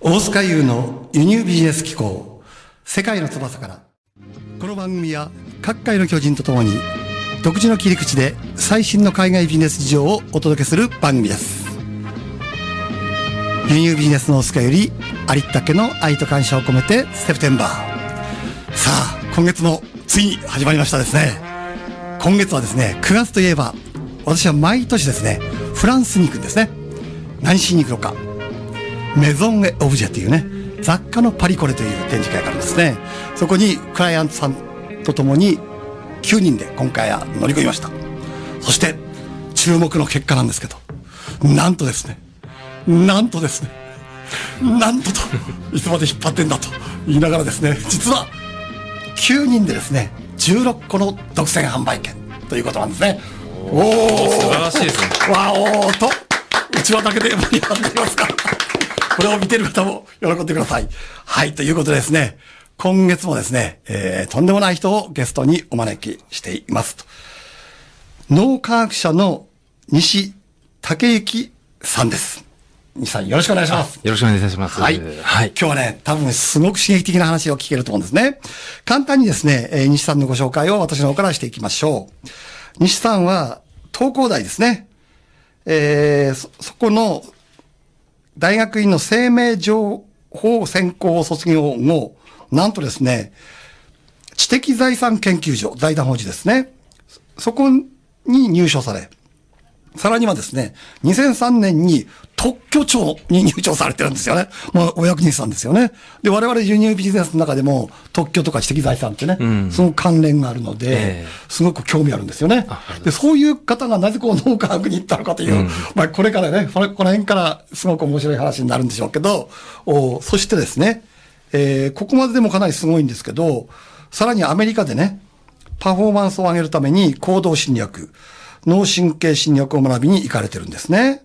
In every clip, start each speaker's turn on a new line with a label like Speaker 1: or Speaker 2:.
Speaker 1: 大塚優の輸入ビジネス機構世界の翼からこの番組は各界の巨人とともに独自の切り口で最新の海外ビジネス事情をお届けする番組です輸入ビジネスの大塚よりありったけの愛と感謝を込めてセプテンバーさあ今月もついに始まりましたですね今月はですね9月といえば私は毎年ですねフランスに行くんですね何しに行くのかメゾン・エ・オブジェというね雑貨のパリコレという展示会があるんですねそこにクライアントさんとともに9人で今回は乗り込みましたそして注目の結果なんですけどなんとですねなんとですねなんとといつまで引っ張ってんだと言いながらですね実は9人でですね16個の独占販売権ということなんですねおお
Speaker 2: 素晴らしいですね。
Speaker 1: わおーと、うちわだけで盛り上がっていますか。これを見てる方も喜んでください。はい、ということでですね、今月もですね、えー、とんでもない人をゲストにお招きしていますと。脳科学者の西武之さんです。西さん、よろしくお願いします。
Speaker 3: よろしくお願いいたします。
Speaker 1: はい。
Speaker 3: はい。
Speaker 1: 今日はね、多分すごく刺激的な話を聞けると思うんですね。簡単にですね、えー西さんのご紹介を私の方からしていきましょう。西さんは、東工大ですね。えーそ、そこの、大学院の生命情報専攻を卒業後、なんとですね、知的財産研究所、財団法人ですね。そそこに入所され、さらにはですね、2003年に特許庁に入庁されてるんですよね。もうお役人さんですよね。で、我々輸入ビジネスの中でも特許とか知的財産ってね、その関連があるので、
Speaker 3: ええ
Speaker 1: すごく興味あるんですよね。で、そういう方がなぜこう農科学に行ったのかという、まあこれからね、このこの辺からすごく面白い話になるんでしょうけど、おそしてですね、えーここまででもかなりすごいんですけど、さらにアメリカでね、パフォーマンスを上げるために行動心理学、脳神経心理学を学びに行かれてるんですね。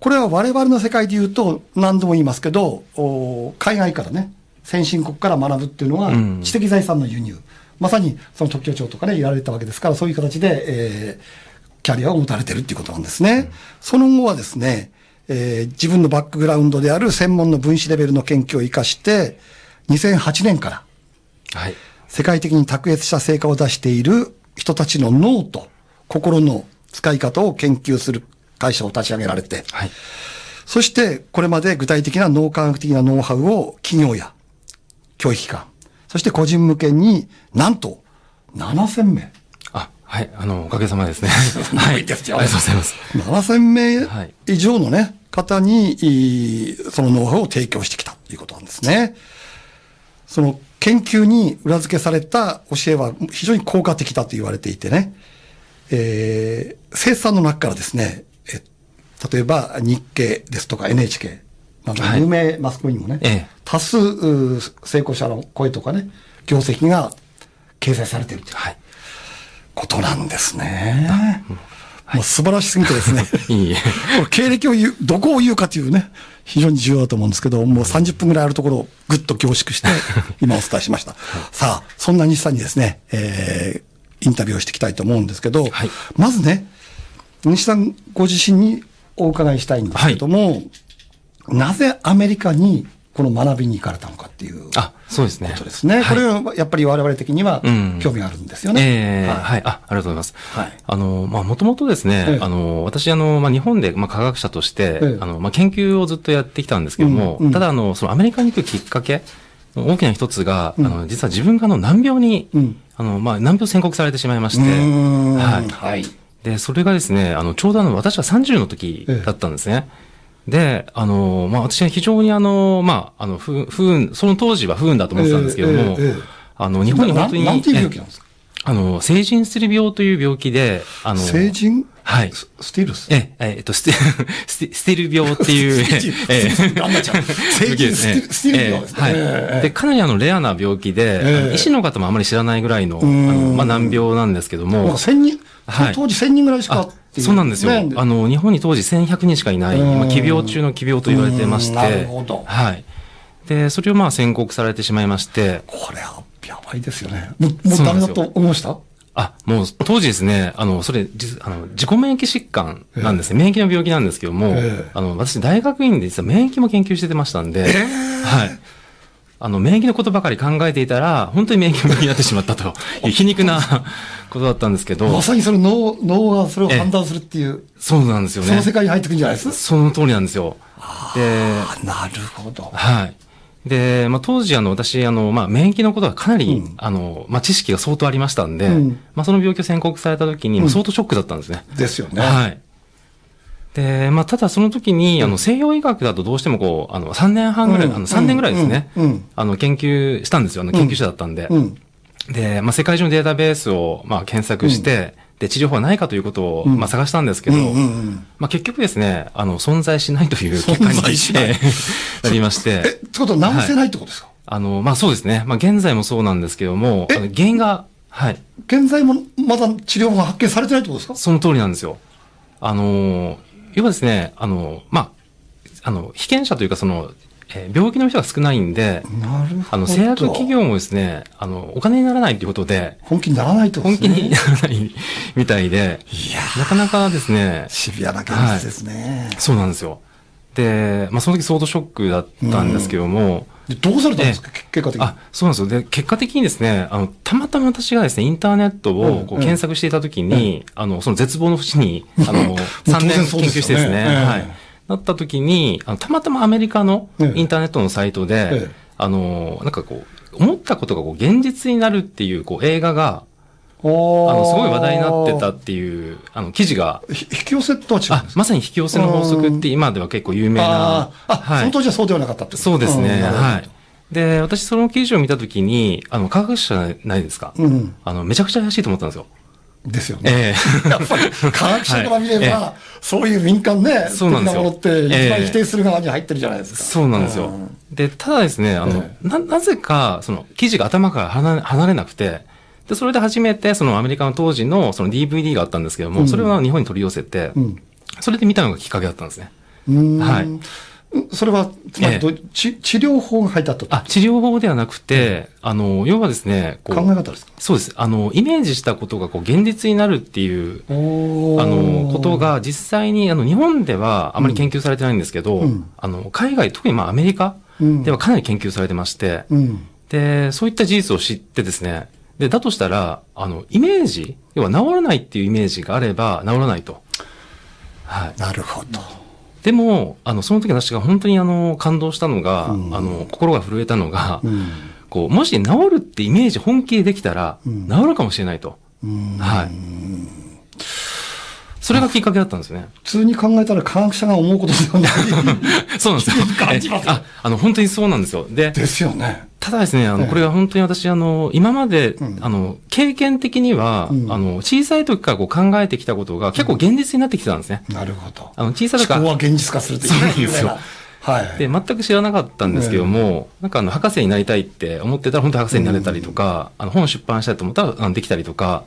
Speaker 1: これは我々の世界で言うと何度も言いますけど、お海外からね、先進国から学ぶっていうのが
Speaker 3: ん
Speaker 1: 知的財産の輸入。まさにその特許庁とかね、言われたわけですから、そういう形で、えーキャリアを持たれてるっていうことなんですね。その後はですね、えー自分のバックグラウンドである専門の分子レベルの研究を活かして、2008年から
Speaker 3: はい。
Speaker 1: 世界的に卓越した成果を出している人たちの脳と心の使い方を研究する会社を立ち上げられて、
Speaker 3: はい。
Speaker 1: そしてこれまで具体的な脳科学的なノウハウを企業や教育機関、そして個人向けになんと7000名。
Speaker 3: あ、はい。あの、おかげさま ですね。は
Speaker 1: ごいですよ
Speaker 3: ありがとうございます。
Speaker 1: 7000
Speaker 3: は
Speaker 1: 名
Speaker 3: い
Speaker 1: 以上のね、方に、いそのノウハウを提供してきたということなんですね。その研究に裏付けされた教えは非常に効果的だと言われていてね、えー、生産の中からですね、え例えば日経ですとか NHK、まあ、
Speaker 3: はい
Speaker 1: 有名マスコミにもね、
Speaker 3: ええ
Speaker 1: 多数う成功者の声とかね、業績が掲載されてるという
Speaker 3: はい。
Speaker 1: ことなんですね。もう素晴らしすぎてです ね。
Speaker 3: いいえ。
Speaker 1: これ 経歴を言う、どこを言うかというね、非常に重要だと思うんですけど、もう30分ぐらいあるところをぐっと凝縮 して、今お伝えしました。さあ、そんな西さんにですね、えー、インタビューをしていきたいと思うんですけど、
Speaker 3: はい
Speaker 1: まずね、西さんご自身にお伺いしたいんですけども、なぜアメリカにこの学びに行かれたのかっていう。
Speaker 3: あ、そうですね。
Speaker 1: ことですね、
Speaker 3: はい
Speaker 1: これはやっぱり我々的には
Speaker 3: うん
Speaker 1: 興味があるんですよ
Speaker 3: え
Speaker 1: ね。
Speaker 3: え
Speaker 1: はい
Speaker 3: はい。あ、ありがとうございます。
Speaker 1: はい
Speaker 3: あの、まあ、もともとですね、
Speaker 1: ええ
Speaker 3: あの、私、あの、まあ、日本で、まあ、科学者として、
Speaker 1: ええ
Speaker 3: あの、まあ、研究をずっとやってきたんですけども、
Speaker 1: うんうん
Speaker 3: ただ、あの、そのアメリカに行くきっかけ、大きな一つが、
Speaker 1: うん
Speaker 3: あの、実は自分があの、難病に、
Speaker 1: うん
Speaker 3: あの、まあ、難病宣告されてしまいまし
Speaker 1: う
Speaker 3: て、
Speaker 1: ーん
Speaker 3: はい
Speaker 1: はい。
Speaker 3: で、それがですね、あの、ちょうどあの、私は30の時だったんですね。で、あの、まあ、私は非常にあの、まあ、あの、不不運、その当時は不運だと思ってたんですけども、
Speaker 1: ええええええ
Speaker 3: あの、日本に本当に、
Speaker 1: なんなんていう病気なん
Speaker 3: え
Speaker 1: ですか
Speaker 3: あの、成人する病という病気で、あの、
Speaker 1: 成人
Speaker 3: はい。
Speaker 1: ススティルス
Speaker 3: え、ええっと、 ステ、ステ、ステル病っ ていう、ええ
Speaker 1: あんなち ゃん。成人スティルスティル病ですね。
Speaker 3: ええ
Speaker 1: え
Speaker 3: はい。
Speaker 1: え
Speaker 3: で、かなりあの、レアな病気で、
Speaker 1: ええ
Speaker 3: あの医師の方もあまり知らないぐらいの、あ
Speaker 1: ん
Speaker 3: のまあ、難病なんですけども。
Speaker 1: まあ千人、
Speaker 3: はい
Speaker 1: 当時1000人ぐらいしか
Speaker 3: あ
Speaker 1: ってい
Speaker 3: そうなんですよ
Speaker 1: ね。
Speaker 3: あの、日本に当時1100人しかいない、
Speaker 1: うん
Speaker 3: まあ、奇病中の奇病と言われてまし
Speaker 1: う
Speaker 3: て。
Speaker 1: んなるほど
Speaker 3: はい。で、それをまあ宣告されてしまいまして、
Speaker 1: これはやばいですよね。もうもう
Speaker 3: そう
Speaker 1: ダ
Speaker 3: なん
Speaker 1: メ
Speaker 3: で
Speaker 1: だ
Speaker 3: すよ
Speaker 1: と思いました
Speaker 3: あ、もう当時ですね、あの、それ、実あの自己免疫疾患なんですね、免疫の病気なんですけども、
Speaker 1: ええ
Speaker 3: あの、私大学院で実は免疫も研究してましたんで、はい。あの、免疫のことばかり考えていたら、本当に免疫の病気になってしまったという皮肉なことだったんですけど
Speaker 1: ま、さにその脳脳がそれを判断するっていう、
Speaker 3: そうなんですよ
Speaker 1: その
Speaker 3: ね。
Speaker 1: 世界に入ってくるんじゃないですか、
Speaker 3: その通りなんですよ。で、
Speaker 1: あなるほど。
Speaker 3: はい。で、まあ、当時、あの、私、あの、まあ、免疫のことがかなり、
Speaker 1: うん
Speaker 3: あの、まあ、知識が相当ありましたんで、
Speaker 1: うん
Speaker 3: まあ、その病気を宣告された時に、
Speaker 1: うん
Speaker 3: 相当ショックだったんですね。
Speaker 1: ですよね。
Speaker 3: はい。で、まあ、ただその時に、あの、西洋医学だとどうしてもこう、あの、3年半ぐらい、
Speaker 1: うん
Speaker 3: あの、3年ぐらいですね、
Speaker 1: うんうん
Speaker 3: あの、研究したんですよ。あの、研究者だったんで。
Speaker 1: うん。
Speaker 3: で、まあ、世界中のデータベースを、まあ、検索して、で、治療法はないかということを、
Speaker 1: うん
Speaker 3: まあ、探したんですけ
Speaker 1: う
Speaker 3: ど、
Speaker 1: んうんうん。
Speaker 3: まあ、結局ですね、あの、存在しないという結果に
Speaker 1: 存在しない
Speaker 3: なりまし
Speaker 1: え、
Speaker 3: て。
Speaker 1: ってことは直せないってことですか、
Speaker 3: あの、まあ、そうですね。まあ、現在もそうなんですけども、
Speaker 1: え
Speaker 3: あの原因が、はい、
Speaker 1: 現在もまだ治療法が発見されてないってことですか
Speaker 3: その通りなんですよ。あの、要はですね、あの、まあ、あの、被験者というか、その、えー病気の人が少ないんで、
Speaker 1: なるほど。
Speaker 3: あの、製薬企業もですね、あの、お金にならないということで、
Speaker 1: 本気にならないってこと
Speaker 3: 本
Speaker 1: です
Speaker 3: 気
Speaker 1: ね。
Speaker 3: にならない みたいで、
Speaker 1: いや
Speaker 3: なかなかですね、
Speaker 1: シビアな現実ですね。
Speaker 3: そうなんですよ。で、まあ、その時相当ショックだったんですけども、
Speaker 1: でどうされたんですか、け結果的に。
Speaker 3: あ、そうなんですよ。で、結果的にですね、あの、たまたま私がですね、インターネット
Speaker 1: うん
Speaker 3: をこう
Speaker 1: うん
Speaker 3: 検索していたときに、あの、その絶望の 淵に、あの、
Speaker 1: 当
Speaker 3: 3
Speaker 1: 然
Speaker 3: 年
Speaker 1: そう
Speaker 3: 研
Speaker 1: ですよね
Speaker 3: 究してですね、
Speaker 1: ええ
Speaker 3: はい。なったときに、あのたまたまアメリカの
Speaker 1: ええ
Speaker 3: インターネットのサイトで、
Speaker 1: ええ
Speaker 3: あの、なんかこう、思ったことがこう現実になるっていうこう映画が、あ
Speaker 1: おー
Speaker 3: の、すごい話題になってたっていう、あの、記事が、
Speaker 1: ひ引き寄せとは違うん
Speaker 3: あ
Speaker 1: です、か
Speaker 3: まさに引き寄せの法則って今では結構有名な
Speaker 1: あ、ーあ、
Speaker 3: はい
Speaker 1: その当時はそうではなかったってこと
Speaker 3: そうですね。
Speaker 1: んなるほど
Speaker 3: はい。で、私その記事を見たときに、あの、科学者じゃないですか。
Speaker 1: うん。
Speaker 3: あの、めちゃくちゃ怪しいと思ったんですよ。
Speaker 1: ですよね。
Speaker 3: ええ
Speaker 1: やっぱり科学者から見れば、
Speaker 3: はいえ
Speaker 1: そういう民間ね、
Speaker 3: そうなんですよ
Speaker 1: 的なものって、一番
Speaker 3: ええ
Speaker 1: 否定する側に入ってるじゃないですか。
Speaker 3: そうなんですよ
Speaker 1: う。
Speaker 3: で、ただですね、あの
Speaker 1: え、
Speaker 3: な、なぜか、その、記事が頭から離れ離れなくて、で、それで初めて、そのアメリカの当時の、その DVD があったんですけど
Speaker 1: う
Speaker 3: も、
Speaker 1: ん
Speaker 3: それは日本に取り寄せて、
Speaker 1: うん
Speaker 3: それで見たのがきっかけだったんですね。
Speaker 1: うーん
Speaker 3: はい
Speaker 1: それは、つまりど、
Speaker 3: え
Speaker 1: ち治療法が入ってあったと
Speaker 3: あ、治療法ではなくて、あの、要はですね、こ
Speaker 1: 考え
Speaker 3: う、
Speaker 1: 方ですか
Speaker 3: そうです。あの、イメージしたことが、こう、現実になるっていう、
Speaker 1: あ
Speaker 3: あ
Speaker 1: の
Speaker 3: の、こと、が実際に、あの、日本ではあまり研究されてないんですけど、
Speaker 1: うん
Speaker 3: あの、海外、特にまあアメリカ
Speaker 1: うん
Speaker 3: ではかなり研究されてまして、
Speaker 1: うん、
Speaker 3: で、そういった事実を知ってですね、で、だとしたら、あの、イメージ、要は治らないっていうイメージがあれば治らないと。はい。
Speaker 1: なるほど。
Speaker 3: でも、あの、その時私が本当にあの、感動したのが、
Speaker 1: うん
Speaker 3: あの、心が震えたのが、
Speaker 1: うん
Speaker 3: こう、もし治るってイメージ本気でできたら、
Speaker 1: ん
Speaker 3: 治るかもしれないと。
Speaker 1: うん
Speaker 3: はい。それがきっかけだったんですよね。
Speaker 1: 普通に考えたら科学者が思うことでは ない
Speaker 3: そうなんですよ。
Speaker 1: 感じます
Speaker 3: えあ、あの、本当にそうなんですよ。で、
Speaker 1: ですよね。
Speaker 3: ただですね、あ
Speaker 1: え
Speaker 3: の、
Speaker 1: え
Speaker 3: これは本当に私、あの、今まで、
Speaker 1: ん
Speaker 3: あの、経験的には、
Speaker 1: うん
Speaker 3: あの、小さい時からこう考えてきたことが結構現実になってきてたんですね。
Speaker 1: なるほど。
Speaker 3: あの、小さ
Speaker 1: 思
Speaker 3: い時
Speaker 1: 考
Speaker 3: から。
Speaker 1: は現実化するという
Speaker 3: そうなんですよ
Speaker 1: 有名なはい。
Speaker 3: で、全く知らなかったんですけども、なんかあの、博士になりたいって思ってたら本当に博士になれたりとか、あの、本出版したいと思ったらあのできたりとか、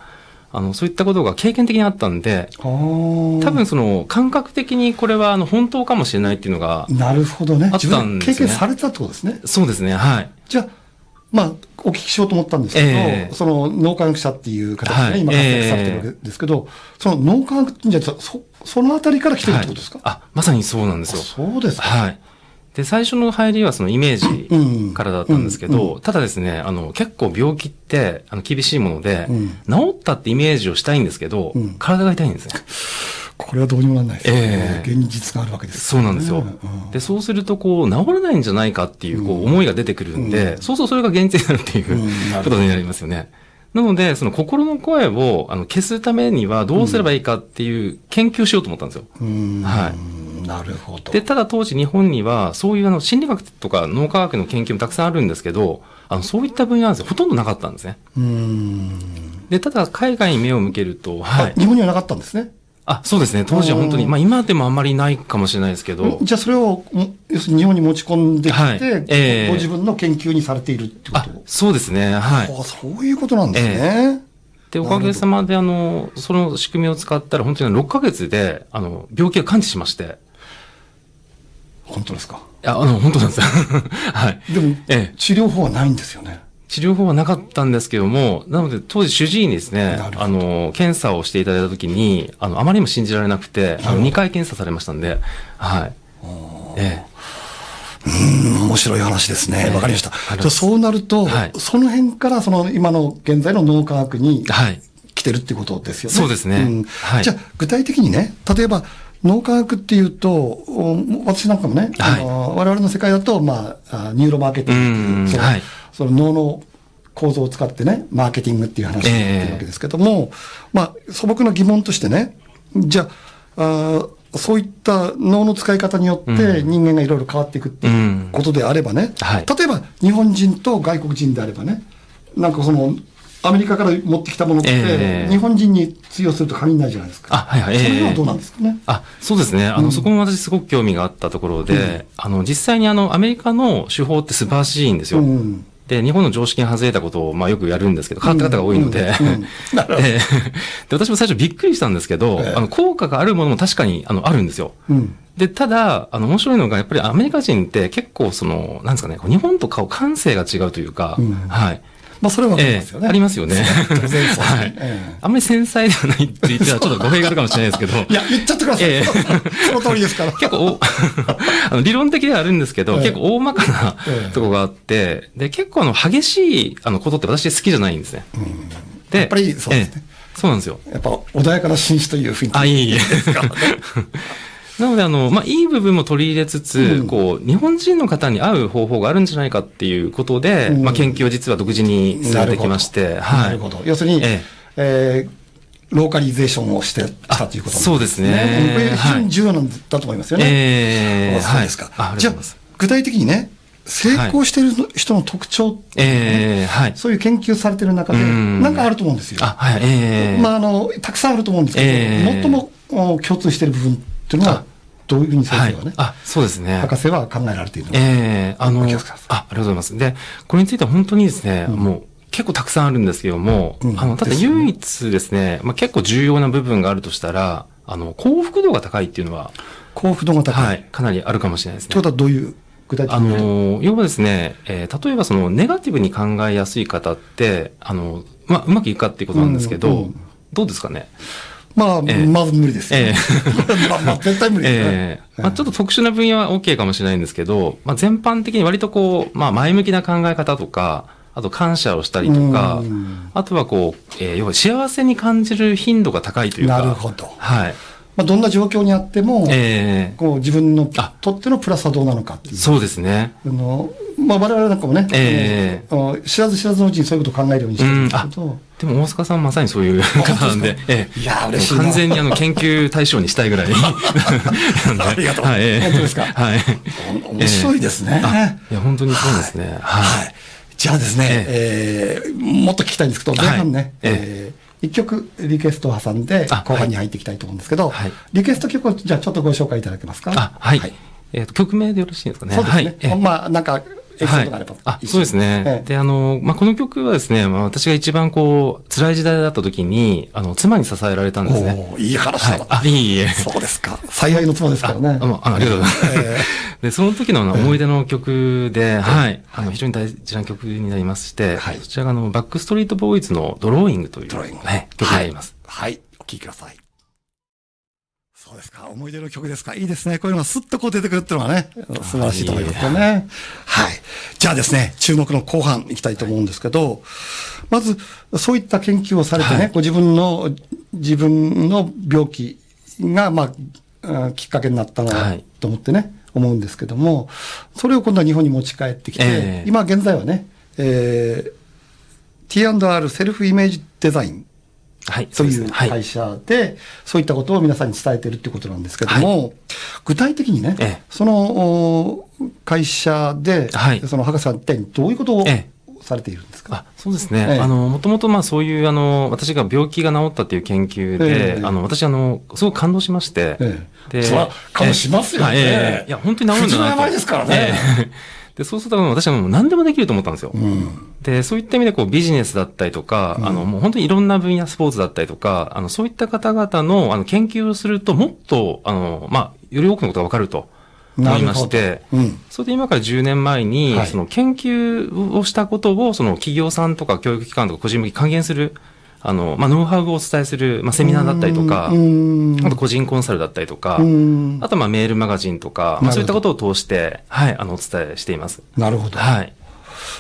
Speaker 3: あの、そういったことが経験的にあったんで、
Speaker 1: あー
Speaker 3: 多分その、感覚的にこれはあの、本当かもしれないっていうのが、
Speaker 1: なるほどね。
Speaker 3: あったんです
Speaker 1: 自
Speaker 3: ね
Speaker 1: 分で経験されてたってことですね。
Speaker 3: そうですね、はい。
Speaker 1: じゃあ、まあ、お聞きしようと思ったんですけど、
Speaker 3: ええ
Speaker 1: その脳科学者っていう形で、ね
Speaker 3: はい
Speaker 1: 今活躍されてるわけですけど、その脳科学じゃそそのあたりから来てるってことですか、
Speaker 3: はい、あ、まさにそうなんで
Speaker 1: あ
Speaker 3: すよ。
Speaker 1: そうですか。
Speaker 3: はい。で、最初の入りはそのイメー
Speaker 1: うん
Speaker 3: ジからだったんですけ
Speaker 1: うん
Speaker 3: ど、ただですね、あの、結構病気って、あの、厳しいもので、
Speaker 1: うん
Speaker 3: 治ったってイメージをしたいんですけど、
Speaker 1: うん
Speaker 3: 体が痛いんですね。
Speaker 1: これはどうにもならないですよね、
Speaker 3: ええ
Speaker 1: 現実があるわけです
Speaker 3: そ
Speaker 1: か
Speaker 3: う
Speaker 1: ら
Speaker 3: なん
Speaker 1: ね、
Speaker 3: ですよ。
Speaker 1: うん
Speaker 3: で、そうすると、こう、治らないんじゃないかっていう、こ
Speaker 1: うん
Speaker 3: う、思いが出てくるんで、
Speaker 1: うん
Speaker 3: そうそうそれが現実になるっていうう、
Speaker 1: んなるほ
Speaker 3: こ
Speaker 1: ど
Speaker 3: とになりますよね。なので、その心の声をあの消すためにはどうすればいいかっていう研究をしようと思ったんですよ。
Speaker 1: うん
Speaker 3: は
Speaker 1: なるほど。
Speaker 3: で、ただ当時日本には、そういうあの心理学とか脳科学の研究もたくさんあるんですけど、あの、そういった分野なんですよ。ほとんどなかったんですね。
Speaker 1: うん
Speaker 3: で、ただ海外に目を向けると、は
Speaker 1: あ
Speaker 3: い。
Speaker 1: 日本にはなかったんですね。
Speaker 3: あ、そうですね。当時は本当に、
Speaker 1: うん
Speaker 3: まあ今でもあんまりないかもしれないですけど、
Speaker 1: じゃあ、それを、ん要するに日本に持ち込んできて、
Speaker 3: はいええ
Speaker 1: ご自分の研究にされているってこ
Speaker 3: あ
Speaker 1: と、
Speaker 3: そうですね。はい。
Speaker 1: あそういうことなんですね。
Speaker 3: で、おかげさまで、あの、その仕組みを使ったら、本当に6ヶ月で、あの、病気が完治しまして、
Speaker 1: 本当ですか。
Speaker 3: ああの、本当なんですよ。はい。
Speaker 1: でも、
Speaker 3: ええ
Speaker 1: 治療法はないんですよね。
Speaker 3: 治療法はなかったんですけども、なので当時主治医にですね
Speaker 1: なる、ほど
Speaker 3: あの、検査をしていただいたときに、あの、あまりにも信じられなくて、あの、2回検査されましたんで、はい。ええ。
Speaker 1: 面白い話ですね。わかりました。
Speaker 3: はい
Speaker 1: じゃあそうなると、
Speaker 3: はい
Speaker 1: その辺からその今の現在の脳科学に
Speaker 3: はい。
Speaker 1: 来てるってことですよね。
Speaker 3: そうですね
Speaker 1: ん
Speaker 3: はい
Speaker 1: じゃあ具体的にね、例えば脳科学っていうと、お私なんかもね、
Speaker 3: はい
Speaker 1: あの我々の世界だと、まああ、ニューロマーケティングっていうう、そ
Speaker 3: ん
Speaker 1: の
Speaker 3: はい
Speaker 1: その脳の構造を使ってね、マーケティングっていう話をしてるわけですけども、まあ、素朴な疑問としてね、じゃあ、あーそういった脳の使い方によって人間がいろいろ変わっていくっていうことであればね、
Speaker 3: はい
Speaker 1: 例えば日本人と外国人であればね、なんかその、アメリカから持ってきたものって、
Speaker 3: ええ
Speaker 1: 日本人に通用すると限らないじゃないですか。
Speaker 3: あはいはい
Speaker 1: その辺
Speaker 3: え
Speaker 1: は
Speaker 3: え
Speaker 1: どうなんですかね。
Speaker 3: あそうですね、あの、そこも私、すごく興味があったところで、
Speaker 1: うん
Speaker 3: あの実際にあのアメリカの手法って素晴らしいんです
Speaker 1: う
Speaker 3: よ。
Speaker 1: ん
Speaker 3: で、日本の常識に外れたことを、まあ、よくやるんですけど、変わった方が多いので、
Speaker 1: うんうんうんなるほど
Speaker 3: でで私も最初びっくりしたんですけど、
Speaker 1: ええ
Speaker 3: あの効果があるものも確かにあのあるんですよ。
Speaker 1: うん。
Speaker 3: で、ただ、あの、面白いのが、やっぱりアメリカ人って結構、その、なんですかね、こう日本と顔感性が違うというか、
Speaker 1: うん
Speaker 3: はい。
Speaker 1: まあ、それはわかりま
Speaker 3: え
Speaker 1: すよ
Speaker 3: え、
Speaker 1: ね。
Speaker 3: ありますよね。
Speaker 1: 当然そうですね
Speaker 3: はい
Speaker 1: ええ
Speaker 3: あんまり繊細ではないって言ってはちょっと語弊があるかもしれないですけど。
Speaker 1: いや、言っちゃってください。
Speaker 3: ええ
Speaker 1: その通りですから。
Speaker 3: 結構おあの、理論的ではあるんですけど、
Speaker 1: ええ
Speaker 3: 結構大まかな
Speaker 1: ええ
Speaker 3: とこがあって、で、結構あの、激しい、あの、ことって私好きじゃないんですね。で、
Speaker 1: やっぱりそうですね
Speaker 3: ええそうなんですよ。
Speaker 1: やっぱ穏やかな紳士という雰囲気。
Speaker 3: あ、いえいえ。 なので、あの、まあ、いい部分も取り入れつつ、
Speaker 1: うん
Speaker 3: こう、日本人の方に合う方法があるんじゃないかっていうことで、
Speaker 1: うん
Speaker 3: まあ、研究を実は独自に進めてきまして、
Speaker 1: なるほど。要するに、
Speaker 3: ええ
Speaker 1: えーローカリゼーションをしてしたということなん
Speaker 3: そうですね
Speaker 1: うんこれ非常に重要なんだと思いますよね。
Speaker 3: え
Speaker 1: あ
Speaker 3: え
Speaker 1: そうですか。
Speaker 3: はいあありがとうご
Speaker 1: じゃ
Speaker 3: ざい
Speaker 1: あ
Speaker 3: ます、
Speaker 1: 具体的にね、成功してる人の特徴っていうのね、
Speaker 3: ええはい。
Speaker 1: そういう研究されてる中で、
Speaker 3: うん
Speaker 1: なんかあると思うんですよ。
Speaker 3: あ、はい、ええ
Speaker 1: まあ、あの、たくさんあると思うんですけど、
Speaker 3: ええ
Speaker 1: 最もお共通している部分っていうのは
Speaker 3: あ、
Speaker 1: どういうふうに先
Speaker 3: は
Speaker 1: 生
Speaker 3: い
Speaker 1: はね、。
Speaker 3: あ、そうですね。
Speaker 1: 博士は考えられているのか
Speaker 3: ええあの、あ
Speaker 1: お
Speaker 3: あり
Speaker 1: 気を
Speaker 3: が
Speaker 1: つけくださ
Speaker 3: とうございます。で、これについては本当にですね、
Speaker 1: うん
Speaker 3: もう結構たくさんあるんですけども、
Speaker 1: うん
Speaker 3: あの、ただ
Speaker 1: ですよね
Speaker 3: 唯一ですね、まあ、結構重要な部分があるとしたら、あの、幸福度が高いっていうのは、
Speaker 1: 幸福度が高い。
Speaker 3: は
Speaker 1: っ
Speaker 3: い、かなりあるかもしれないです
Speaker 1: て
Speaker 3: ね
Speaker 1: こ。とはどういう具体的
Speaker 3: あ
Speaker 1: に、
Speaker 3: の、要はですね、えー例えばその、ネガティブに考えやすい方って、あの、まあ、うまくいくかっていうことなんですけど、
Speaker 1: うんうん
Speaker 3: どうですかね
Speaker 1: まあ、
Speaker 3: ええ
Speaker 1: まず無理ですよ、
Speaker 3: え
Speaker 1: まあまあ、絶対無理ですね
Speaker 3: え。えまあ、ちょっと特殊な分野は OK かもしれないんですけど、まあ、全般的に割とこう、まあ、前向きな考え方とか、あと感謝をしたりとか
Speaker 1: うん、
Speaker 3: あとはこう、えー要は幸せに感じる頻度が高いというか。
Speaker 1: なるほど
Speaker 3: はい。
Speaker 1: まあ、どんな状況にあっても、
Speaker 3: ええ
Speaker 1: こう自分の
Speaker 3: あ
Speaker 1: とってのプラスはどうなのかっていう。
Speaker 3: そうですね。
Speaker 1: あのまあ、我々なんかもね、
Speaker 3: ええ
Speaker 1: あの知らず知らずのうちにそういうことを考えるようにしてるんですけど、
Speaker 3: でも大塚さんまさにそういう方なんで、ええ
Speaker 1: いやー嬉しいな
Speaker 3: もう完全にあの研究対象にしたい ぐらい。なんで
Speaker 1: ありがとう
Speaker 3: はい、ええ
Speaker 1: 本当ですか
Speaker 3: はい。
Speaker 1: お面白いですね
Speaker 3: あいや、本当にそうですね。はい
Speaker 1: はい。じゃあですね、えーもっと聞きたいんですけど、前半ね、
Speaker 3: はい
Speaker 1: えー一曲リクエストを挟んで、
Speaker 3: あ
Speaker 1: 後半に入っていきたいと思うんですけど、
Speaker 3: はい
Speaker 1: リクエスト曲をじゃあちょっとご紹介いただけますか。
Speaker 3: あ、はい。えっ、と、曲名でよろしいですかね。
Speaker 1: そうです
Speaker 3: はい
Speaker 1: ね。
Speaker 3: ええ
Speaker 1: まあ、なんか、エピソードがあれば、
Speaker 3: はい、あそうですね。
Speaker 1: ええ
Speaker 3: で、あの、まあ、この曲はですね、まあ、私が一番こう、辛い時代だった時に、あの、妻に支えられたんですね。
Speaker 1: おーいい話
Speaker 3: は
Speaker 1: だ
Speaker 3: い
Speaker 1: な。。
Speaker 3: あ、いえいえ。
Speaker 1: そうですか。最愛の妻ですからね。
Speaker 3: あもうあありがとうございます。で、その時のあの思い出の曲で、はい、あの、非常に大事な曲になりまして、
Speaker 1: はい
Speaker 3: そちらがあの、バックストリートボーイズのドローイングという、
Speaker 1: ドローイング
Speaker 3: はい、曲になります。
Speaker 1: はい。お聴きください。そうですか。思い出の曲ですか。いいですね。こういうのがスッとこう出てくるっていうのがね、素晴らしいと思いますよね。はい。じゃあですね、注目の後半いきたいと思うんですけど、まず、そういった研究をされてね、
Speaker 3: はい
Speaker 1: ご自分の、自分の病気が、まああ、きっかけになった
Speaker 3: は
Speaker 1: ないと思ってね、思うんですけども、それを今度は日本に持ち帰ってきて、
Speaker 3: ええ
Speaker 1: 今現在はね、えー、T&R セルフイメージデザイン
Speaker 3: はい、
Speaker 1: と
Speaker 3: そうで
Speaker 1: い
Speaker 3: す
Speaker 1: う
Speaker 3: ね。はい。
Speaker 1: 会社で、そういったことを皆さんに伝えてるってことなんですけども、具体的にね、
Speaker 3: ええ
Speaker 1: そのお会社で、
Speaker 3: はい
Speaker 1: その博士は一体どういうことを
Speaker 3: え
Speaker 1: されているんですか、
Speaker 3: あそうですね、
Speaker 1: ええ
Speaker 3: あのもともとまあそういうあの私が病気が治ったっていう研究で、
Speaker 1: ええ
Speaker 3: あの私あのすごく感動しまして、
Speaker 1: ええ
Speaker 3: で
Speaker 1: そら感動しますよね
Speaker 3: ええはいええいや本当に治るんだな
Speaker 1: 不
Speaker 3: と
Speaker 1: 治の病ですからね
Speaker 3: ええでそうすると私はもう何でもできると思ったんですよ、
Speaker 1: うん
Speaker 3: でそういった意味でこうビジネスだったりとか、あのもう本当にいろんな分野スポーツだったりとかあのそういった方々のあの研究をするともっとあの、まあ、より多くのことが分かると思いまして、
Speaker 1: なるほどうん
Speaker 3: それで今から10年前に、
Speaker 1: はい
Speaker 3: その研究をしたことを、その企業さんとか教育機関とか個人向けに還元する、あの、まあ、ノウハウをお伝えする、まあ、セミナーだったりとか
Speaker 1: う、ん
Speaker 3: あと個人コンサルだったりとか、
Speaker 1: うん
Speaker 3: あとまあメールマガジンとか、まあ、そういったことを通して、はい、あの、お伝えしています。
Speaker 1: なるほど。
Speaker 3: はい。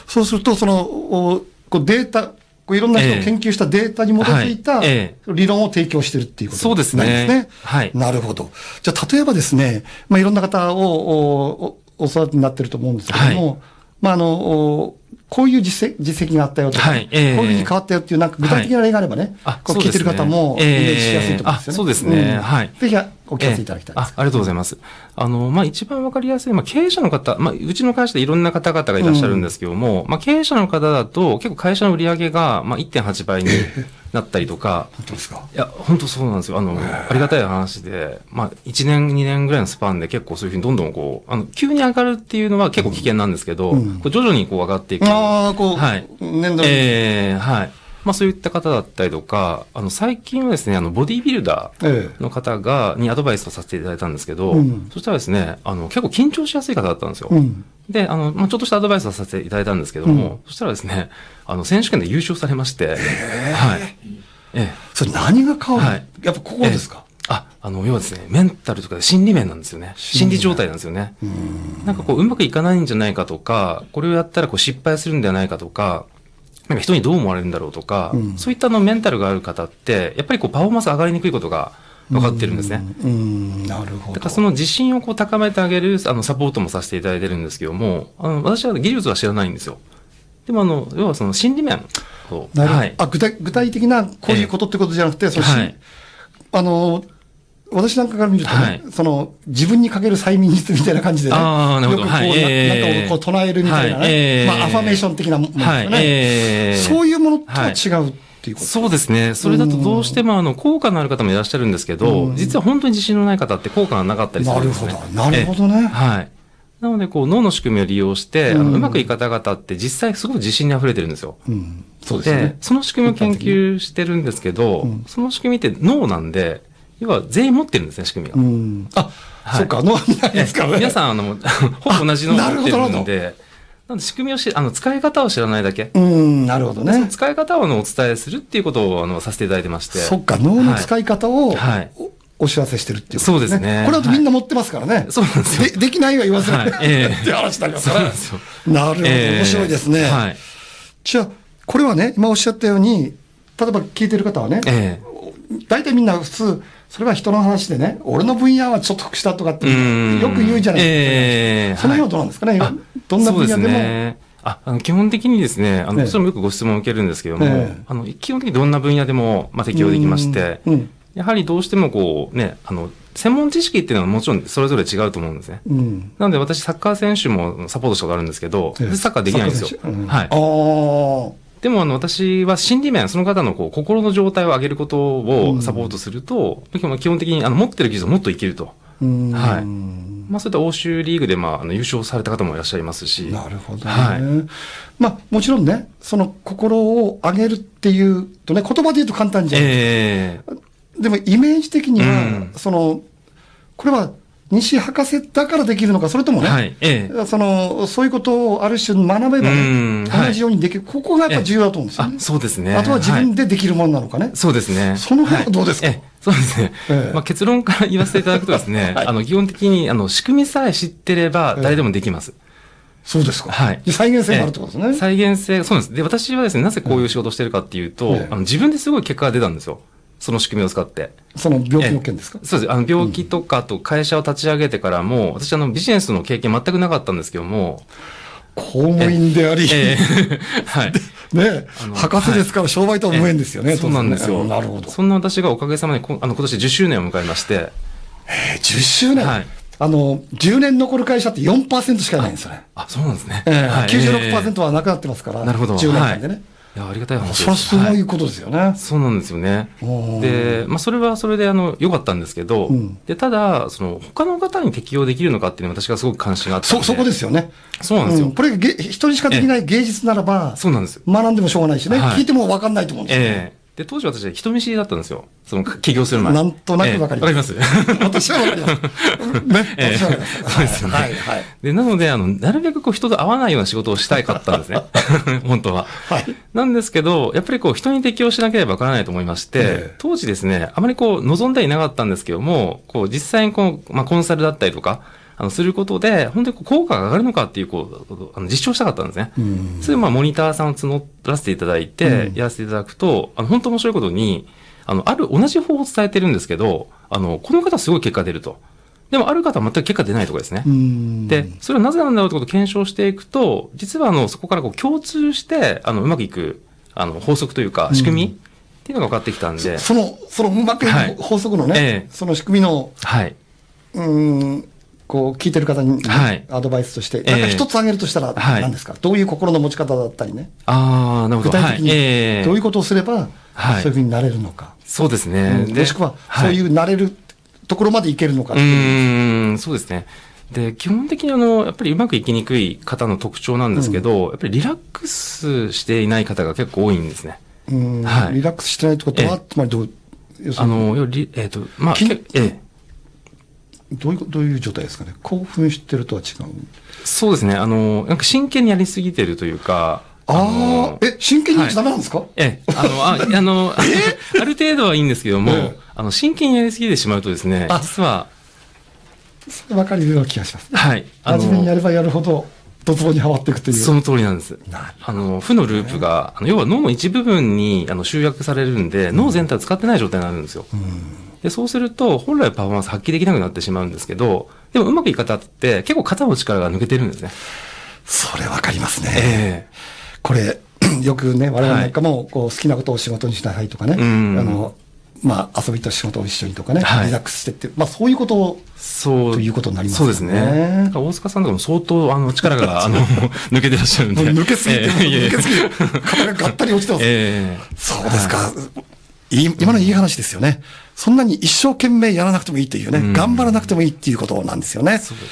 Speaker 1: そうすると、その、おこうデータ、こういろんな人
Speaker 3: え
Speaker 1: が
Speaker 3: え
Speaker 1: 研究したデータに基づいた
Speaker 3: はいえ
Speaker 1: 理論を提供してるっていうこと
Speaker 3: そうですね
Speaker 1: なんですね。
Speaker 3: はい
Speaker 1: なるほど。じゃあ、例えばですね、まあ、いろんな方をおおお育てになってると思うんですけども、
Speaker 3: はい
Speaker 1: まあ、あの、おこういう実績実績があったよとか、
Speaker 3: はいええ
Speaker 1: こういうふうに変わったよっていう、なんか具体的な例があればね、
Speaker 3: あ
Speaker 1: こう
Speaker 3: そう
Speaker 1: 聞い
Speaker 3: で
Speaker 1: て
Speaker 3: す
Speaker 1: る
Speaker 3: ね
Speaker 1: 方もイメージしやすいと思うんですよね。
Speaker 3: ええあそうですね
Speaker 1: ん
Speaker 3: はい
Speaker 1: ぜひ、お聞かせいただきたいです
Speaker 3: ええ。あありがとうございます。あの、まあ、一番わかりやすい、まあ、経営者の方、まあ、うちの会社でいろんな方々がいらっしゃるんですけども、まあ、経営者の方だと、結構会社の売り上げが、まあ、1.8倍になったり とか、
Speaker 1: 本当ですか
Speaker 3: いや、本当そうなんですよ。あの、ありがたい話で、まあ、1年、2年ぐらいのスパンで結構そういうふうにどんどんこう、あの、急に上がるっていうのは結構危険なんですけど、
Speaker 1: うん
Speaker 3: こう徐々にこう上がっていく。
Speaker 1: ああ、こう、
Speaker 3: はい
Speaker 1: 年度に
Speaker 3: ええはい。まあそういった方だったりとか、あの最近はですね、あのボディービルダ
Speaker 1: え
Speaker 3: ーの方が、にアドバイスをさせていただいたんですけど、
Speaker 1: うん
Speaker 3: そしたらですね、あの結構緊張しやすい方だったんですよ。
Speaker 1: えうん。
Speaker 3: で、あの、まあ、ちょっとしたアドバイスをさせていただいたんですけども、
Speaker 1: うん
Speaker 3: そしたらですね、あの選手権で優勝されまして、はい。ええ
Speaker 1: それ何が変わる、
Speaker 3: はい
Speaker 1: やっぱここですか、
Speaker 3: あ、あの、要はですね、メンタルとか心理面なんですよね。
Speaker 1: 心
Speaker 3: 心
Speaker 1: 理面
Speaker 3: 理状態なんですよね。なんかこう、うまくいかないんじゃないかとか、これをやったらこう失敗するんではないかとか、なんか人にどう思われるんだろうとか、
Speaker 1: うん
Speaker 3: そういったあのメンタルがある方って、やっぱりこうパフォーマンス上がりにくいことが分かってるんですね。
Speaker 1: うん。うん、なるほど。
Speaker 3: だからその自信をこう高めてあげるあのサポートもさせていただいてるんですけども、あの私は技術は知らないんですよ。でもあの、要はその心理面を。
Speaker 1: なるほど
Speaker 3: はい。
Speaker 1: あ具体具体的なこういうことってことじゃなくて、そのし
Speaker 3: はい
Speaker 1: あの私なんかから見るとね、
Speaker 3: はい
Speaker 1: その自分にかける催眠術みたいな感じでね、
Speaker 3: あーなるほど
Speaker 1: よくこう、
Speaker 3: はい
Speaker 1: な
Speaker 3: えー
Speaker 1: なんかをこう唱えるみたいなね、
Speaker 3: はいえー
Speaker 1: まあ、アファメーション的なものですよ
Speaker 3: はい
Speaker 1: ね、。
Speaker 3: えー
Speaker 1: そういうものとは違うっていうこと、
Speaker 3: そうですね。それだとどうしても、あの、効果のある方もいらっしゃるんですけど、
Speaker 1: うん
Speaker 3: 実は本当に自信のない方って効果がなかったりするんですね。
Speaker 1: なるほどなるほどね
Speaker 3: ええはい。なので、こう、脳の仕組みを利用して、あ
Speaker 1: うん
Speaker 3: の、うまくいかた方って実際すごく自信に溢れてるんですよ。
Speaker 1: うん、そうですよね。
Speaker 3: その仕組みを研究してるんですけど、
Speaker 1: うん
Speaker 3: その仕組みって脳なんで、要は全員持ってるんですね、仕組みが。
Speaker 1: うん、あ、
Speaker 3: はい
Speaker 1: そっか、脳みたいですかね。
Speaker 3: 皆さん、あ の、ほぼ同じ脳を
Speaker 1: あなる
Speaker 3: 持っ
Speaker 1: ほ
Speaker 3: て
Speaker 1: どなるほ
Speaker 3: る
Speaker 1: ど
Speaker 3: んで、なので仕組みを知あの、使い方を知らないだけ。
Speaker 1: うん、なるほど
Speaker 3: その
Speaker 1: ね。
Speaker 3: 使い方をあのお伝えするっていうことをあのさせていただいてまして。
Speaker 1: そっか、脳の使い方を、
Speaker 3: はい
Speaker 1: おお知らせしてるっていうこと
Speaker 3: そうですね
Speaker 1: これだとみんな持ってますからね。
Speaker 3: そうなんですよ
Speaker 1: でできないは言わせない、
Speaker 3: はいええ
Speaker 1: って話になります
Speaker 3: そう
Speaker 1: からね
Speaker 3: なんですよ。
Speaker 1: なるほど、面白いですね。
Speaker 3: えーはい。
Speaker 1: じゃあ、これはね、今おっしゃったように、例えば聞いてる方はね、
Speaker 3: え
Speaker 1: 大体みんな普通、それは人の話でね、俺の分野はちょっと得したとかって、
Speaker 3: ー、
Speaker 1: よく言うじゃない
Speaker 3: えー
Speaker 1: ですか。その辺はどうなんですかね、
Speaker 3: はい
Speaker 1: どんな分
Speaker 3: そ
Speaker 1: 野
Speaker 3: う
Speaker 1: ですも。
Speaker 3: ねああの基本的にですね、あの、
Speaker 1: ええ
Speaker 3: それもよくご質問を受けるんですけども、
Speaker 1: ええ
Speaker 3: あの基本的にどんな分野でも、まあ、適用できまして、
Speaker 1: うん
Speaker 3: やはりどうしてもこう、ね、あの、専門知識っていうのはもちろんそれぞれ違うと思うんですね。
Speaker 1: うん
Speaker 3: なので私、サッカー選手もサポートしたことあるんですけど、
Speaker 1: ええ
Speaker 3: サッカーできないんですよ。
Speaker 1: サッカー選手うん
Speaker 3: はい。
Speaker 1: ああ。
Speaker 3: でもあの私は心理面、その方のこう心の状態を上げることをサポートすると、基本的にあの持ってる技術をもっといけると。
Speaker 1: うん
Speaker 3: はいまあそういった欧州リーグでまああの優勝された方もいらっしゃいますし。
Speaker 1: なるほどね、
Speaker 3: はい。
Speaker 1: まあ、もちろんね、その心を上げるっていうとね、言葉で言うと簡単じゃん。
Speaker 3: ええ
Speaker 1: でもイメージ的には、
Speaker 3: うん
Speaker 1: そのこれは西博士だからできるのか、それともね、
Speaker 3: はい。ええ
Speaker 1: そのそういうことをある種学べば
Speaker 3: うん
Speaker 1: ね、
Speaker 3: はい
Speaker 1: 同じようにできる、ここがやっぱ重要だと思うんですよ
Speaker 3: あ
Speaker 1: ね、。
Speaker 3: そうですね。
Speaker 1: あとは自
Speaker 3: い
Speaker 1: 分でできるものなのかね、
Speaker 3: そうですね。
Speaker 1: その辺はどうですか
Speaker 3: はいええそうですね。
Speaker 1: ええ
Speaker 3: まあ結論から言わせていただくとですね、
Speaker 1: はい
Speaker 3: あの基本的にあの仕組みさえ知ってれば誰でもできます。
Speaker 1: そうですか、
Speaker 3: はい
Speaker 1: 再現性があるってことですね。
Speaker 3: ええ再現性、そうなんです。で、私はですね、なぜこういう仕事をしてるかっていうと、
Speaker 1: ええ
Speaker 3: あの自分ですごい結果が出たんですよ。その仕組みを使って。
Speaker 1: その病気の件ですか、
Speaker 3: そうです。あの、病気とかあと会社を立ち上げてからも、私、あの、ビジネスの経験全くなかったんですけども、
Speaker 1: 公務員であり、
Speaker 3: ええ はい。
Speaker 1: ね
Speaker 3: あ、の
Speaker 1: 博士ですから商売とは無縁ですよね、
Speaker 3: そうなんです
Speaker 1: 当
Speaker 3: よ。
Speaker 1: 然ねなるほど。
Speaker 3: そんな私がおかげさまで、こあの、今年10周年を迎えまして、
Speaker 1: えー10周年、
Speaker 3: はい
Speaker 1: あの、10年残る会社って4%しかいないんですよね。
Speaker 3: あ、そうなんですね。
Speaker 1: えー
Speaker 3: はい
Speaker 1: 96%はなくなってますから、
Speaker 3: えーなるほど。
Speaker 1: 10年間でね。
Speaker 3: はい。いや、ありがたい話です。
Speaker 1: それはすご
Speaker 3: はい
Speaker 1: ことですよね。
Speaker 3: そうなんですよね
Speaker 1: おー。
Speaker 3: で、まあ、それはそれで、あの、良かったんですけど、
Speaker 1: うん
Speaker 3: で、ただ、その、他の方に適用できるのかっていうのは私がすごく関心があったん
Speaker 1: そ、
Speaker 3: で。
Speaker 1: そこですよね。
Speaker 3: そうなんですよ
Speaker 1: これがげ、一人しかできない芸術ならば、
Speaker 3: そうなんですよ。
Speaker 1: 学んでもしょうがないしね、
Speaker 3: はい
Speaker 1: 聞いても分かんないと思うんですよね。
Speaker 3: ええで、当時私は人見知りだったんですよ。その、起業する前。
Speaker 1: なんとなくわかり
Speaker 3: わ
Speaker 1: ま
Speaker 3: かります。
Speaker 1: 私はわかります。ね、
Speaker 3: ええ
Speaker 1: 私はわかります。
Speaker 3: そうですよね
Speaker 1: はい、はい。
Speaker 3: で、なので、あの、なるべくこう人と会わないような仕事をしたいかったんですね。 本当は。
Speaker 1: はい。
Speaker 3: なんですけど、やっぱりこう人に適応しなければわからないと思いまして、
Speaker 1: ええ
Speaker 3: 当時ですね、あまりこう望んではいなかったんですけども、こう実際にこう、まあ、コンサルだったりとか、あの、することで、本当にこう効果が上がるのかっていう、こう、あの実証したかったんですね。
Speaker 1: うん
Speaker 3: そういう、まあ、モニターさんを募らせていただいて
Speaker 1: う、ん
Speaker 3: やらせていただくと、あの、本当面白いことに、あの、ある、同じ方法を伝えてるんですけど、あの、この方すごい結果出ると。でも、ある方は全く結果出ないとかですね。
Speaker 1: うん
Speaker 3: で、それはなぜなんだろうってことを検証していくと、実はあの、そこからこう共通して、あの、うまくいく、あの、法則というか、仕組み、っていうのが分かってきたんで、
Speaker 1: その、そのうまくい
Speaker 3: はい
Speaker 1: く法則のね、
Speaker 3: ええ
Speaker 1: その仕組みの、
Speaker 3: はい。
Speaker 1: うーん、こう、聞いてる方に、
Speaker 3: はい
Speaker 1: アドバイスとして、
Speaker 3: ええ
Speaker 1: なんか一つ挙げるとしたら、
Speaker 3: はい
Speaker 1: 何ですか、どういう心の持ち方だったりね、
Speaker 3: ああ、なるほ
Speaker 1: 具
Speaker 3: ど。
Speaker 1: 体的
Speaker 3: はい。ええ
Speaker 1: にどういうことをすれば、
Speaker 3: はい
Speaker 1: そういうふうになれるのか、
Speaker 3: そうです
Speaker 1: うん
Speaker 3: ね。で
Speaker 1: もしくは、そういううなれるところまでいけるのかっ
Speaker 3: は
Speaker 1: て
Speaker 3: い、う
Speaker 1: いう。
Speaker 3: ーん、そうですね。で、基本的にあの、やっぱりうまくいきにくい方の特徴なんですけど、やっぱりリラックスしていない方が結構多いんですね。
Speaker 1: うん
Speaker 3: はい
Speaker 1: リラックスしてないってことは、
Speaker 3: ええ
Speaker 1: つまりどう、要す
Speaker 3: あ
Speaker 1: るに
Speaker 3: の、より、えっ、と、まあ、
Speaker 1: 筋
Speaker 3: けええ
Speaker 1: どういう、どういう状態ですかね、興奮してるとは違う。
Speaker 3: そうですね。あの、なんか真剣にやりすぎてるというか、
Speaker 1: あ
Speaker 3: の
Speaker 1: あ、え、真剣に打ちダメなんですか、
Speaker 3: ええ、あの、あ、あの、 ある程度はいいんですけども、
Speaker 1: うん
Speaker 3: あの、真剣にやりすぎてしまうとですね、
Speaker 1: あ
Speaker 3: 実は、
Speaker 1: それ分かるような気がします。
Speaker 3: はい、あ
Speaker 1: 真面目にや
Speaker 3: の、
Speaker 1: ればやるほど、ドツボにはまっていくという。
Speaker 3: その通りなんです。
Speaker 1: なる
Speaker 3: あの、負のループが、あの要は脳の一部分にあの集約されるんで、脳全体を使ってない状態になるんですよ。で、そうすると、本来パフォーマンス発揮できなくなってしまうんですけど、でもうまくいく方って結構肩の力が抜けてるんですね。
Speaker 1: それ分かりますね。
Speaker 3: え
Speaker 1: これ、 よくね、我々なんかも、こう、好きなことを仕事にしなさいとかね。
Speaker 3: うん
Speaker 1: あの、まあ、遊びと仕事を一緒にとかね、
Speaker 3: はい
Speaker 1: リラックスしてって、まあ、そういうことを、
Speaker 3: えそう。
Speaker 1: ということになります
Speaker 3: そ
Speaker 1: よ
Speaker 3: う
Speaker 1: ね
Speaker 3: ですね。なんか大塚さんとかも相当、あの、力 が、あの、抜けてらっしゃるん
Speaker 1: も
Speaker 3: で。
Speaker 1: う抜けすぎて、
Speaker 3: ええいえいえ
Speaker 1: 抜けすぎて、肩ががったり落ちてます。
Speaker 3: ええ
Speaker 1: そうですか。いい今のいい話ですよね。そんなに一生懸命やらなくてもいいっていうね、
Speaker 3: うん
Speaker 1: 頑張らなくてもいいっていうことなんですよね。
Speaker 3: そうですね。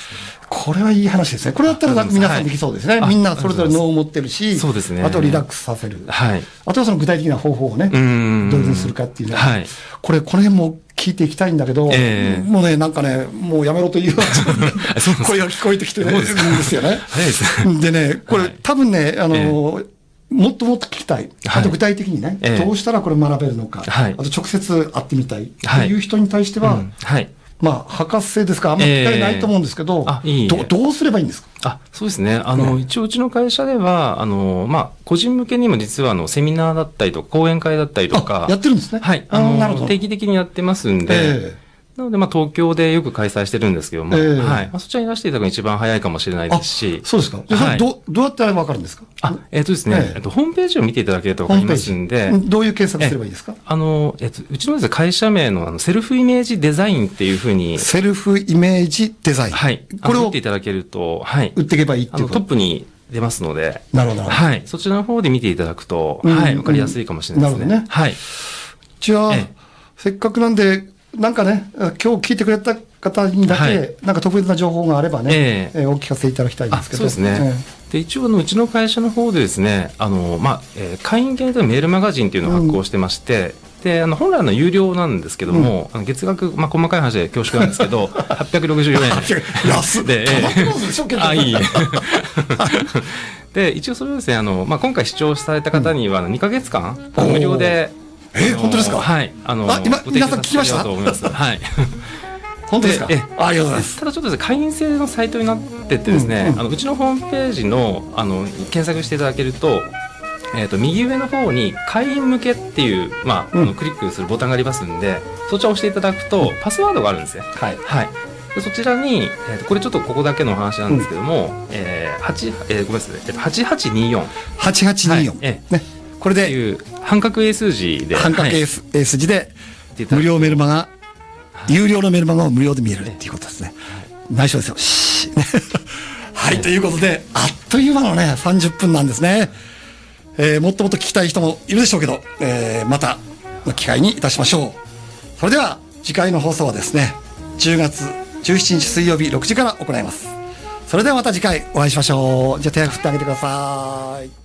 Speaker 1: これはいい話ですね。これだったら
Speaker 3: あ
Speaker 1: なんか皆
Speaker 3: は
Speaker 1: さ
Speaker 3: い
Speaker 1: んできそうですね。
Speaker 3: あ
Speaker 1: みんなそれぞれ脳を持ってるし、
Speaker 3: そうですね
Speaker 1: あとリラックスさせる。
Speaker 3: はい。
Speaker 1: あとはその具体的な方法をね、どう
Speaker 3: う
Speaker 1: い
Speaker 3: ん
Speaker 1: うふうにするかっていうね。
Speaker 3: はい
Speaker 1: これ、この辺も聞いていきたいんだけど、
Speaker 3: ええ
Speaker 1: もうね、なんかね、もうやめろというよ
Speaker 3: あ そう
Speaker 1: う
Speaker 3: なんで
Speaker 1: な
Speaker 3: す
Speaker 1: 声が聞こえてきてるん
Speaker 3: そう
Speaker 1: で
Speaker 3: ですか
Speaker 1: すよね。
Speaker 3: 早いです
Speaker 1: でね、これ、
Speaker 3: はい
Speaker 1: 多分ね、あのもっともっと聞きたい。あと具体的にね、
Speaker 3: ええ
Speaker 1: どうしたらこれ学べるのか、
Speaker 3: はい
Speaker 1: あと直接会ってみたいって
Speaker 3: はい
Speaker 1: いう人に対しては、
Speaker 3: うんはい。
Speaker 1: まあ、博士ですから、あんまり聞かれないと思うんですけど、
Speaker 3: ええあいいえ
Speaker 1: どどうすればいいんですか
Speaker 3: あ、そうですね。あの、一応うちの会社では、あの、まあ、個人向けにも実は、あの、セミナーだったりとか、講演会だったりとか
Speaker 1: あ、やってるんですね。
Speaker 3: はい。あ
Speaker 1: あのなるほ
Speaker 3: の、
Speaker 1: ど。
Speaker 3: 定期的にやってますんで、
Speaker 1: え
Speaker 3: なので、まあ、東京でよく開催してるんですけども、
Speaker 1: ええ
Speaker 3: はい。まあ、そちらにいらしていただくのが一番早いかもしれないですし
Speaker 1: あ、そうですか。でそれ
Speaker 3: はい
Speaker 1: どうどうやってあれ分かるんですか
Speaker 3: あ、えっとです
Speaker 1: ええ
Speaker 3: ね、えっと、ホームページを見ていただけるとわ
Speaker 1: ホー
Speaker 3: かり
Speaker 1: ムペ
Speaker 3: ま
Speaker 1: ー
Speaker 3: す
Speaker 1: ジ
Speaker 3: んで、
Speaker 1: どういう検索すればいいですか
Speaker 3: あの、えっと、うちのですね会社名のあのセルフイメージデザインっていうふうに、
Speaker 1: セルフイメージデザイン。
Speaker 3: はい。あの
Speaker 1: これ
Speaker 3: 見
Speaker 1: を
Speaker 3: ていただけると、はい
Speaker 1: 売。っていけばいいっ
Speaker 3: あ
Speaker 1: ていうこ
Speaker 3: の、トッ
Speaker 1: と。
Speaker 3: プに出ますので、
Speaker 1: なるほど。
Speaker 3: はい。そちらの方で見ていただくと、
Speaker 1: うん
Speaker 3: は
Speaker 1: う
Speaker 3: い。
Speaker 1: ん
Speaker 3: わかりやすいかもしれないですね。
Speaker 1: なるほどね
Speaker 3: はい。
Speaker 1: じゃあ
Speaker 3: ええ、
Speaker 1: せっかくなんで、なんかね、今日聞いてくれた方にだ
Speaker 3: は
Speaker 1: け
Speaker 3: い、
Speaker 1: なんか特別な情報があればね
Speaker 3: え、え
Speaker 1: えーお聞かせいただきたいんで
Speaker 3: あ、
Speaker 1: すけ
Speaker 3: そう
Speaker 1: ど。
Speaker 3: ですね。で、一応、あの、うちの会社の方でですね、あの、まあ、えー会員限定のメールマガジンっていうのを発行してまして、で、あの、本来の有料なんですけども、あの月額、まあ、細かい話で恐縮なんですけ ど、864円。
Speaker 1: 安っ
Speaker 3: で、え
Speaker 1: タバコローズでしょ結
Speaker 3: ー、
Speaker 1: 局
Speaker 3: あ、いい。 で、一応それをですね、あの、まあ、今回視聴された方には、あの2ヶ月間、
Speaker 1: おー
Speaker 3: 無料で、
Speaker 1: えー
Speaker 3: あの
Speaker 1: 本当ですか
Speaker 3: はい。あの
Speaker 1: あ今
Speaker 3: ご提
Speaker 1: 皆
Speaker 3: 供させて
Speaker 1: さん聞きました
Speaker 3: いただこうと思いますはい。
Speaker 1: え。本当ですか
Speaker 3: でええ
Speaker 1: ありがとうございます。
Speaker 3: ただちょっとですね会員制のサイトになっててです
Speaker 1: う
Speaker 3: ね、
Speaker 1: ん
Speaker 3: う
Speaker 1: うん
Speaker 3: あのうちのホームページのあの検索していただけると,、えー、と右上の方に会員向けっていう、まあ
Speaker 1: うん
Speaker 3: あのクリックするボタンがありますんでそちらを押していただくとパスワードがあるんですね。
Speaker 1: はい。
Speaker 3: はいでそちらに、えー、とこれちょっとここだけのお話なんですけども、えー8えーごめんなさい、えーと、8824っ
Speaker 1: 8824。
Speaker 3: はい
Speaker 1: ね
Speaker 3: え。
Speaker 1: これ
Speaker 3: て
Speaker 1: で、
Speaker 3: いう半角英数字で
Speaker 1: 半角
Speaker 3: はい
Speaker 1: A す A 筋で、
Speaker 3: っていただ
Speaker 1: 無
Speaker 3: く
Speaker 1: 料メルマガ、
Speaker 3: はい
Speaker 1: 有料のメルマガを無料で見れるっていうことですね。内緒ですよ。し ーはい、ということで、あっという間のね、30分なんですね。えーもっともっと聞きたい人もいるでしょうけど、えーまたの機会にいたしましょう。それでは、次回の放送はですね、10月17日水曜日6時から行います。それではまた次回お会いしましょう。じゃあ手を振ってあげてください。